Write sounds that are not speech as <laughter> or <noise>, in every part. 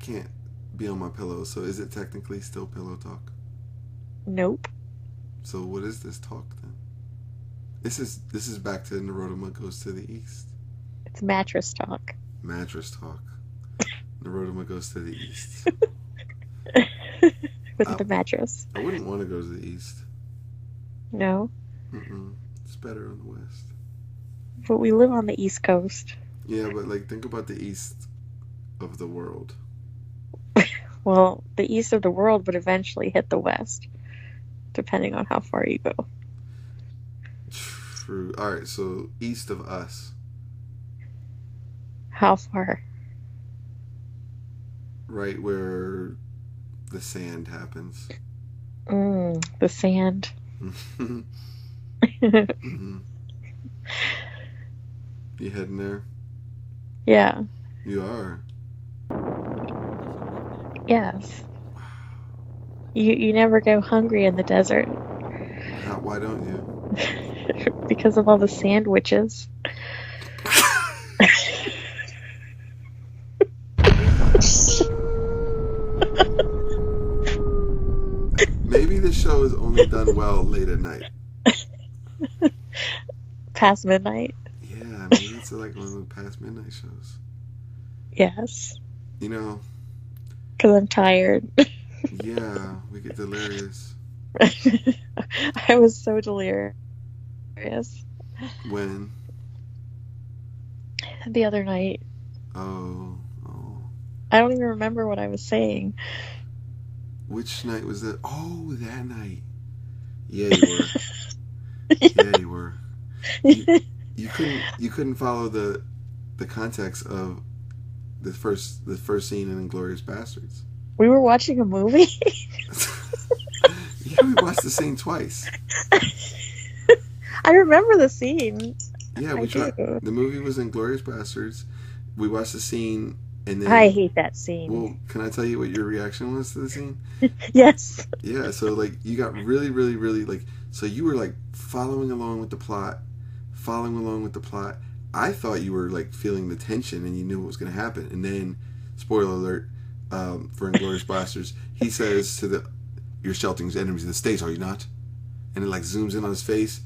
can't be on my pillow, so is it technically still pillow talk? Nope. So what is this talk then? This is this is back to Narodoma goes to the east. It's mattress talk. Mattress talk. Narodoma goes to the east. With Oh. the mattress. I wouldn't want to go to the east. No. Mm-mm. It's better on the west. But we live on the East Coast. Yeah, but like think about the east of the world. Well, the east of the world would eventually hit the west, depending on how far you go. True. All right, so east of us, How far? right where the sand happens. <laughs> Mm, the sand. <laughs> Mhm. you heading there? yeah. You are. Yes. You you never go hungry in the desert How, why don't you? because of all the sandwiches. Maybe the show is only done well late at night. Past midnight. Yeah, I mean, it's like one of the past midnight shows. Yes. You know, Because I'm tired. yeah, we get delirious <laughs> I was so delirious when, the other night. oh, oh. I don't even remember what I was saying. <laughs> Which night was that? Oh, that night. Yeah, you were. yeah, you were. You couldn't. You couldn't follow the, the context of, the first the first scene in Inglorious Bastards. we were watching a movie. <laughs> <laughs> yeah, we watched the scene twice. I remember the scene. Yeah, I we tried. do. The movie was Inglorious Bastards. We watched the scene, and then. I hate that scene. well, can I tell you what your reaction was to the scene? yes. <laughs> Yeah, so like you got really, really, really like so you were like following along with the plot, following along with the plot. I thought you were like feeling the tension and you knew what was gonna happen. And then, spoiler alert, um, for Inglorious Blasters, he says to the You're sheltering enemies of the states, are you not? And it like zooms in on his face.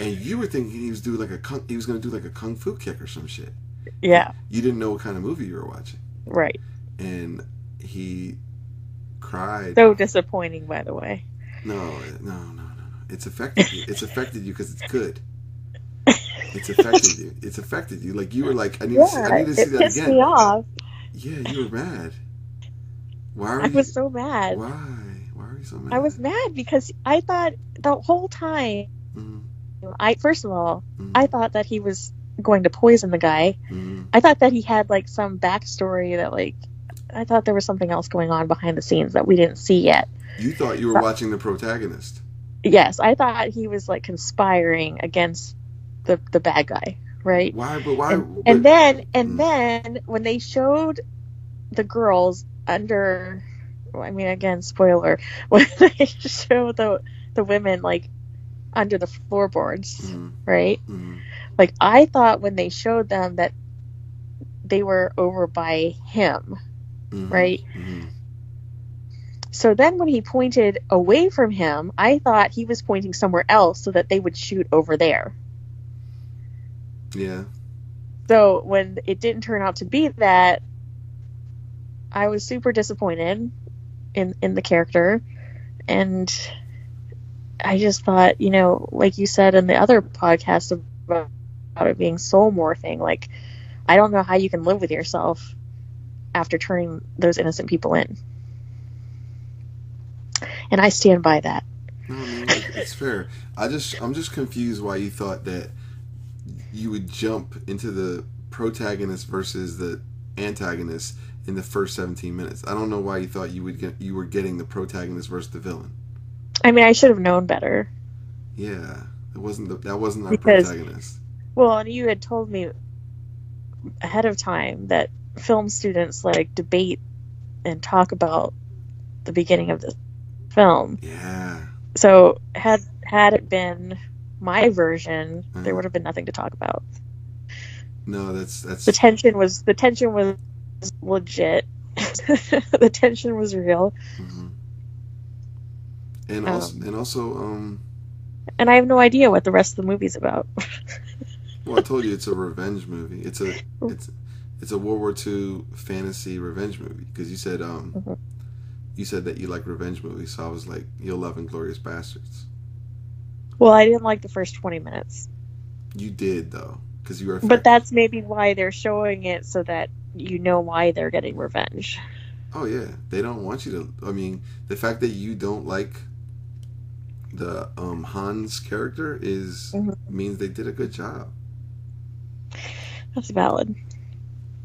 And you were thinking he was doing like a kung, he was gonna do like a kung fu kick or some shit. Yeah. You didn't know what kind of movie you were watching. Right. And he cried. So disappointing, by the way. No, no, no, no. no. It's affected you. It's affected you because it's good. It's affected you. It's affected you. Like you were like, I need to see, I need to see it that pissed me again. off. Yeah, you were mad. Why are I you? was so mad. why? Why are you so mad? I was mad because I thought the whole time. Mm, I first of all, mm, I thought that he was going to poison the guy. mm. I thought that he had like some backstory that like I thought there was something else going on behind the scenes that we didn't see yet. You thought you were watching the protagonist. Yes, I thought he was like conspiring against the the bad guy, right? Why? But why? And, but- and then and Mm. then when they showed the girls under well, I mean again spoiler <laughs> when they show the the women like under the floorboards, Mm, right? mm, Like I thought when they showed them that they were over by him, mhm, right? mhm. So then when he pointed away from him, I thought he was pointing somewhere else so that they would shoot over there. Yeah. So when it didn't turn out to be that, I was super disappointed in in the character, and I just thought, you know, like you said in the other podcast about, about it being soul morphing, like I don't know how you can live with yourself after turning those innocent people in. And I stand by that. No, I mean, like, it's fair. I just, I'm just confused why you thought that you would jump into the protagonist versus the antagonist in the first 17 minutes. I don't know why you thought you would get, you were getting the protagonist versus the villain. I mean, I should have known better. Yeah, it wasn't the, that wasn't our Because- protagonist. Well, and you had told me ahead of time that film students like debate and talk about the beginning of the film. Yeah, So had had it been my version, Mhm. there would have been nothing to talk about. no, that's that's The tension was the tension was legit. <laughs> the tension was real. hmm And also, and also, um, And I have no idea what the rest of the movie's about. well, I told you it's a revenge movie. It's a it's it's a World War II fantasy revenge movie because you said um Mhm. you said that you like revenge movies, so I was like, you'll love Inglorious Bastards. Well, I didn't like the first 20 minutes. You did though, because you were. But that's maybe why they're showing it so that you know why they're getting revenge. Oh yeah, they don't want you to. I mean, the fact that you don't like the um Hans character is Mhm. means they did a good job. That's valid.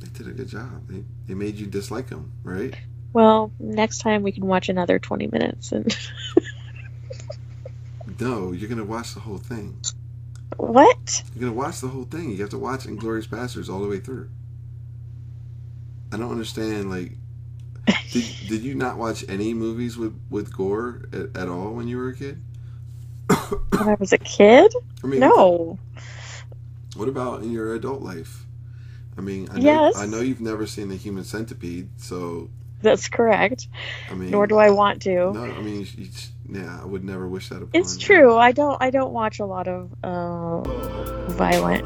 They did a good job. They they made you dislike him, right? Well, next time we can watch another 20 minutes and <laughs> No, you're gonna watch the whole thing. what? You're gonna watch the whole thing. You have to watch Inglorious Bastards all the way through. I don't understand. Like, <laughs> did did you not watch any movies with with gore at, at all when you were a kid? I When I was a kid? mean, No. What about in your adult life? I mean, I know, Yes. I know you've never seen the Human Centipede, so That's correct. I mean, Nor do I want to. No, I mean, you, sh- yeah, I would never wish that upon. It's you. true. I don't I don't watch a lot of uh, violent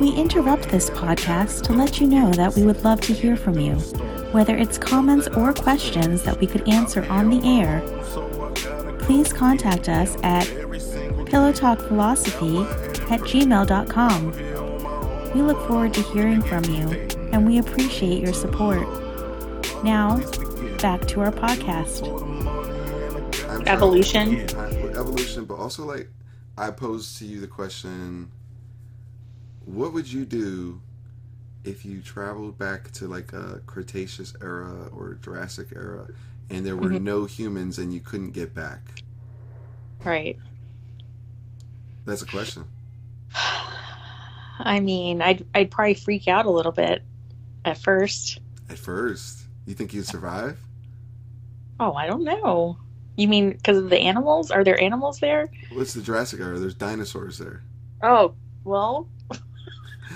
We interrupt this podcast to let you know that we would love to hear from you, whether it's comments or questions that we could answer on the air. Please contact us at pillowtalkphilosophy at gmail.com. We look forward to hearing from you, and we appreciate your support. Now, back to our podcast. I'm trying- Evolution. I- evolution, but also like, I pose to you the question: What would you do if you traveled back to like a Cretaceous era or Jurassic era, and there were Mhm. no humans and you couldn't get back? right. <sighs> That's a question. I mean, I'd I'd probably freak out a little bit at first. At first, you think you'd survive? Oh, I don't know. You mean because of the animals? Are there animals there? What's the Jurassic era? There's dinosaurs <laughs> there. <laughs> Oh, well,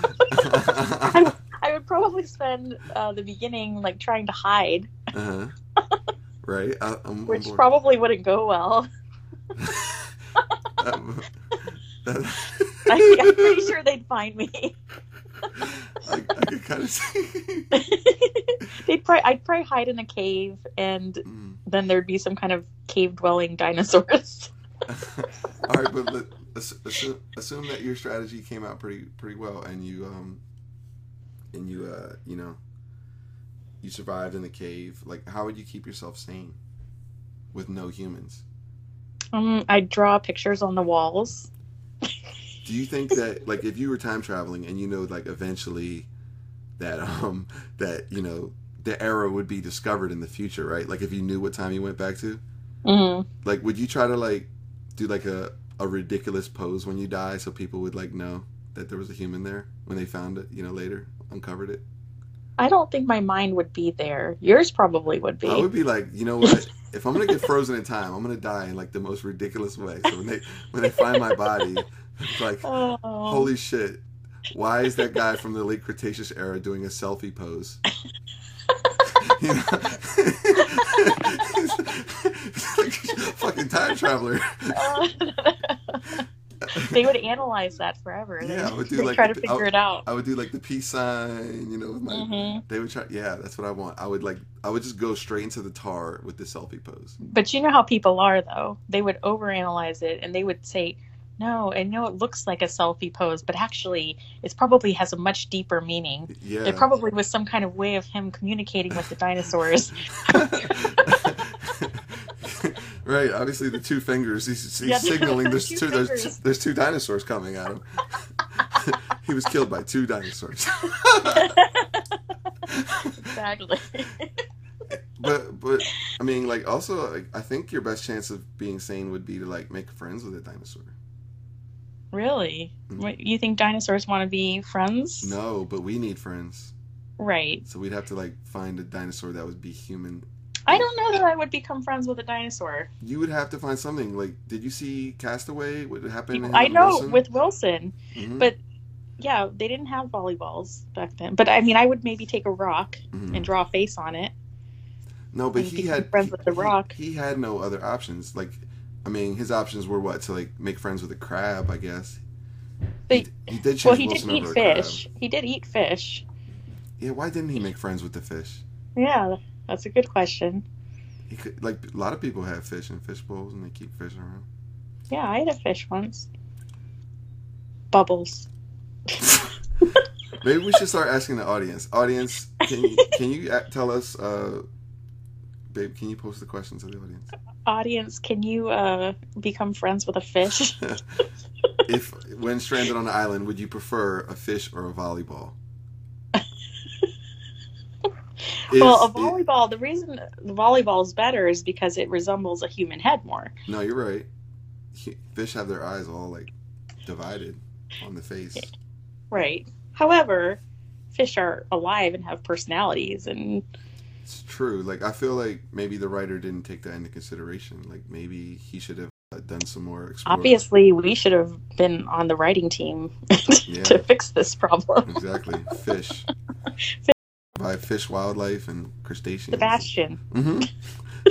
Uh-huh. I would probably spend uh, the beginning like trying to hide, uh-huh. Right? I, I'm- I'm which bored. <laughs> probably wouldn't go well. <laughs> Um, that- <laughs> I, I'm pretty sure they'd find me. <laughs> <laughs> I, I could kind of see. they'd probably I'd probably hide in a cave, and Mm. <laughs> then there'd be some kind of cave dwelling dinosaurs. <laughs> All right, but let, assume, assume that your strategy came out pretty pretty well, and you um, and you uh, you know, you survived in the cave. Like, how would you keep yourself sane with no humans? Um, I'd draw pictures on the walls. Do you think that like if you were time traveling and you know like eventually that um that you know the era would be discovered in the future, right? Like if you knew what time you went back to, Mm. like would you try to like do like a a ridiculous pose when you die so people would like know that there was a human there when they found it, you know, later uncovered it? I don't think my mind would be there. Yours probably would be. I would be like, you know what? If I'm gonna get frozen in time, I'm gonna die in like the most ridiculous way. So when they when they find my body, it's like <laughs> oh, Holy shit. Why is that guy from the late Cretaceous era doing a selfie <laughs> pose? You know? <laughs> It's like a fucking time traveler. <laughs> they would analyze that forever. They- Yeah, I would do they like try to the- figure I- it out. I would do like the peace sign, you know, with my Mhm. they would try yeah, that's what I want. I would like I would just go straight into the tar with the selfie pose. But you know how people are, though. They would overanalyze it and they would say, no, I know it looks like a selfie pose, but actually, it probably has a much deeper meaning. Yeah. There probably <laughs> was some kind of way of him communicating with <laughs> the dinosaurs. <laughs> right. Obviously, the two fingers. He's, he's Yeah, signaling <laughs> the there's two two. There's, fingers. there's two dinosaurs coming at him. <laughs> he was killed by two <laughs> dinosaurs. exactly. but but I mean, like also, like, I think your best chance of being sane would be to like make friends with a dinosaur. <laughs> really? Mhm. What, you think dinosaurs want to be friends? No, but we need friends, Right. so we'd have to like find a dinosaur that would be human. I don't know that I would become friends with a dinosaur. You would have to find something. Like, did you see Castaway? What happened? to I Helen know Wilson? with Wilson, Mhm. but yeah, they didn't have volleyballs back then. But I mean, I would maybe take a rock Mhm. and draw a face on it. No, but Like, he become had friends he, with The he- Rock. He, had no other options. Like, I mean, his options were what to like make friends with a crab, I guess. But- he, he did. well, choose he did Wilson eat over the crab. fish. He did eat fish. Yeah, why didn't he make friends with the fish? Yeah, that's a good question. He could like a lot of people have fish in fish bowls and they keep fish around. Yeah, I had a fish once. Bubbles. Maybe we should start asking the audience. Audience, can you, can you a- tell us, uh, babe? Can you post the question to the audience? <laughs> Audience, can you uh, become friends with a fish? If when stranded on an island, would you prefer a fish or a <laughs> volleyball? <laughs> Is well, a it- volleyball. the reason the volleyball is better is because it resembles a human head more. No, you're right. He- Fish have their eyes all like divided on the face. Right. However, fish are alive and have personalities, and It's true. Like I feel like maybe the writer didn't take that into consideration. Like maybe he should have uh, done some more exploring. obviously, we should have been on the writing team <laughs> Yeah. to fix <laughs> this problem. Exactly. <laughs> Fish. By fish, wildlife, and crustaceans. Sebastian. hmm <laughs>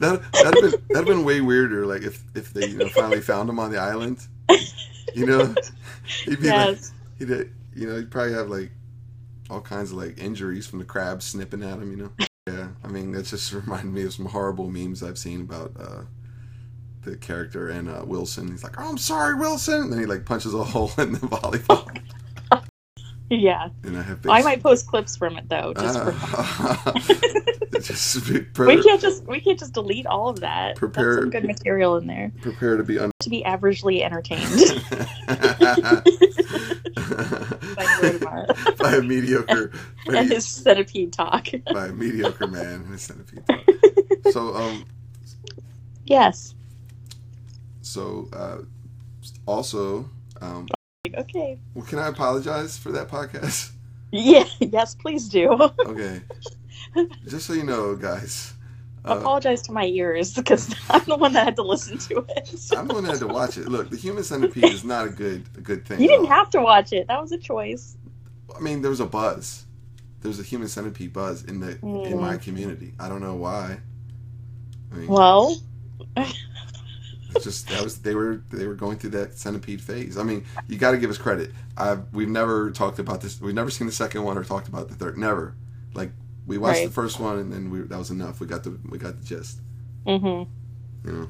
that that'd have been that'd been way weirder. Like if if they you know finally found him on the island, you know, he'd be like, Yes. he'd uh, you know he'd probably have like all kinds of like injuries from the crabs snipping at him. You know. Yeah, I mean that just <laughs> reminded me of some horrible memes I've seen about uh, the character and uh, Wilson. He's like, "Oh, I'm sorry, Wilson," and then he like punches a hole in the volleyball. Yeah. And I have. I might post clips from it though, just for Ah. <laughs> just be we pre- can't just we can't just delete all of that. Prepare- That's some good material in there prepare to be <laughs> un- to be averagely entertained <laughs> <laughs> by Mortimer <laughs> by a mediocre by, and his centipede talk. <laughs> by a mediocre man and a centipede. so um yes. so uh also um Like, Okay. well, can I apologize for that podcast? <laughs> Yeah. Yes. Please do. <laughs> Uh, Okay. Just so you know, guys. Uh, Apologize to my ears because <laughs> I'm the one that had to listen to it. <laughs> I'm the one that had to watch it. Look, the human centipede is not a good a good thing. You at didn't all. have to watch it. That was a choice. I mean, there was a buzz. There was a human centipede buzz in the in Mm. my community. I don't know why. I mean, Well, it's just that was they were they were going through that centipede phase. I mean, you got to give us credit. I we've never talked about this. We've never seen the second one or talked about the third. Never. Like we watched Right. the first one and then we that was enough. We got the we got the gist. hmm You know.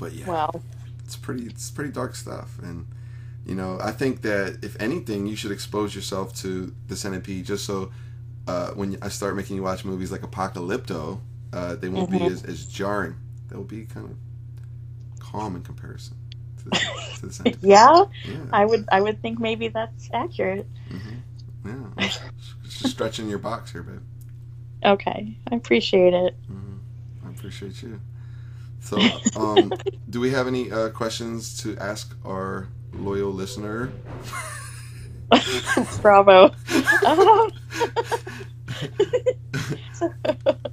But yeah, well, it's pretty it's pretty dark stuff and. You know, I think that if anything, you should expose yourself to the centipede just so uh, when I start making you watch movies like Apocalypto, uh, they won't be Mhm. as, as jarring. They'll be kind of calm in comparison to the, to the centipede. yeah. Yeah. I would I would think maybe that's accurate. hmm Yeah. I'm s- just stretching your box here, babe. Okay, I appreciate it. hmm I appreciate you. So, um, do we have any uh, questions to ask our loyal listener? <laughs> Bravo.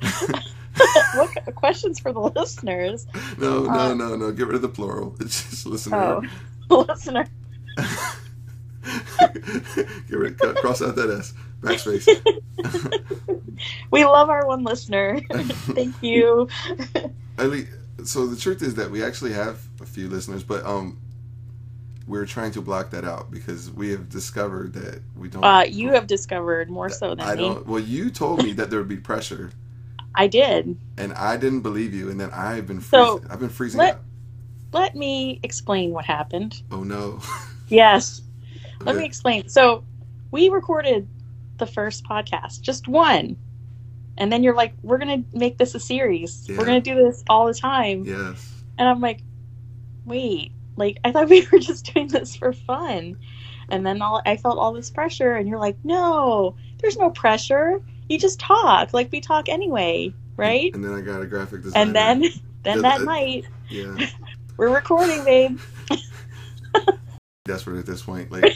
what questions for the listeners? <laughs> No, no, Uh, no, no. Get rid of the plural. <laughs> It's just listener. Oh, listener. <laughs> Get rid, cut- cross out that S. Backspace. <laughs> We love our one listener. <laughs> Thank you. At least, so the truth is that we actually have a few listeners, but um, we're trying to block that out because we have discovered that we don't. Uh, you have discovered more so than I me. don't. Well, you told me that there would be pressure, I did. and I didn't believe you, and then I've been So, freezing. I've been freezing let- up. Let me explain what happened. Oh no. Yes. Let Okay. me explain. So, we recorded the first podcast, just one. And then you're like, we're going to make this a series. Yeah. We're going to do this all the time. <laughs> Yes. And I'm like, wait, like I thought <laughs> we were just doing this for fun. And then all I felt all this pressure and you're like, no, there's no pressure. You just talk. Like we talk anyway, right? And then I got a graphic designer. And then Yeah, then that that- night, Yeah. we're recording, babe. desperate at this point. <laughs> Like,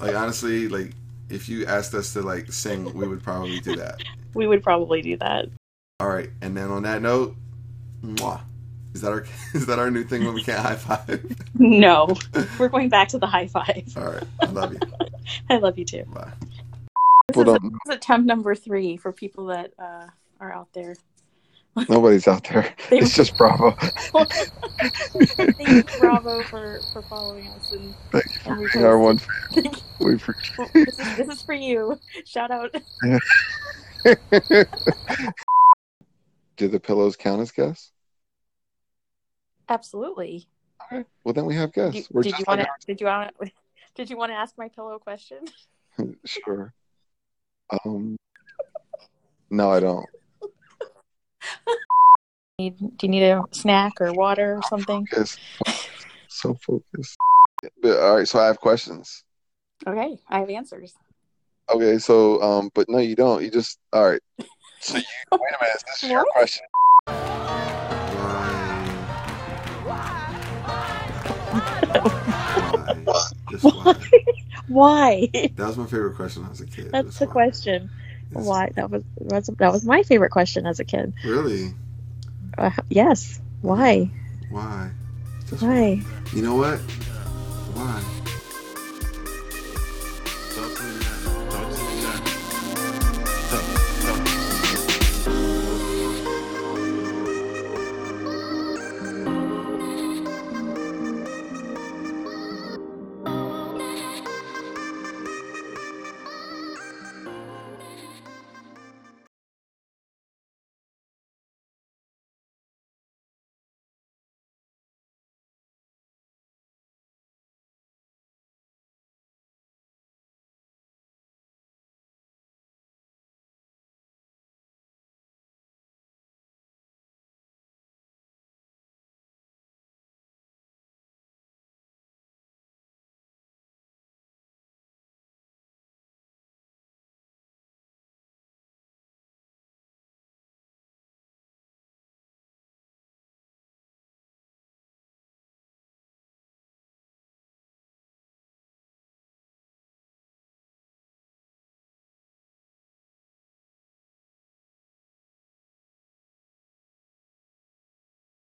like honestly, like if you asked us to like sing, we would probably do that. We would probably do that. All right, and then on that note, mwah. Is that our <laughs> is that our new thing when we can't high five? <laughs> No, <laughs> we're going back to the high five. <laughs> All right, I love you. I love you too. Bye. This is, People this is attempt number three for people that uh, are out <laughs> there. Nobody's out <laughs> there. They- It's just Bravo. Thank you, Bravo, for, for following us and, Thank you and for being our reposting. one fan. We appreciate <laughs> this, is, this is for you. Shout out. Do the pillows count as guests? Absolutely. Well, then we have guests. You- We're did you just want to? like- Did you want to? Did you want to ask my pillow question? Sure. Um, no, I don't. Need, do you need a snack or water or something? Yes. So focused. But, all right, so I have questions. Okay, I have answers. Okay, so um, but no, you don't. You just all right. So you wait a minute. This is your What? question. Why? Why? Just why? Why? <laughs> That was my favorite question when I was a kid. That's Just the why? question. It's- Why? That was that's, that was my favorite question as a kid. Really? Uh, yes. Why? Why? Just Why? You know what? Why?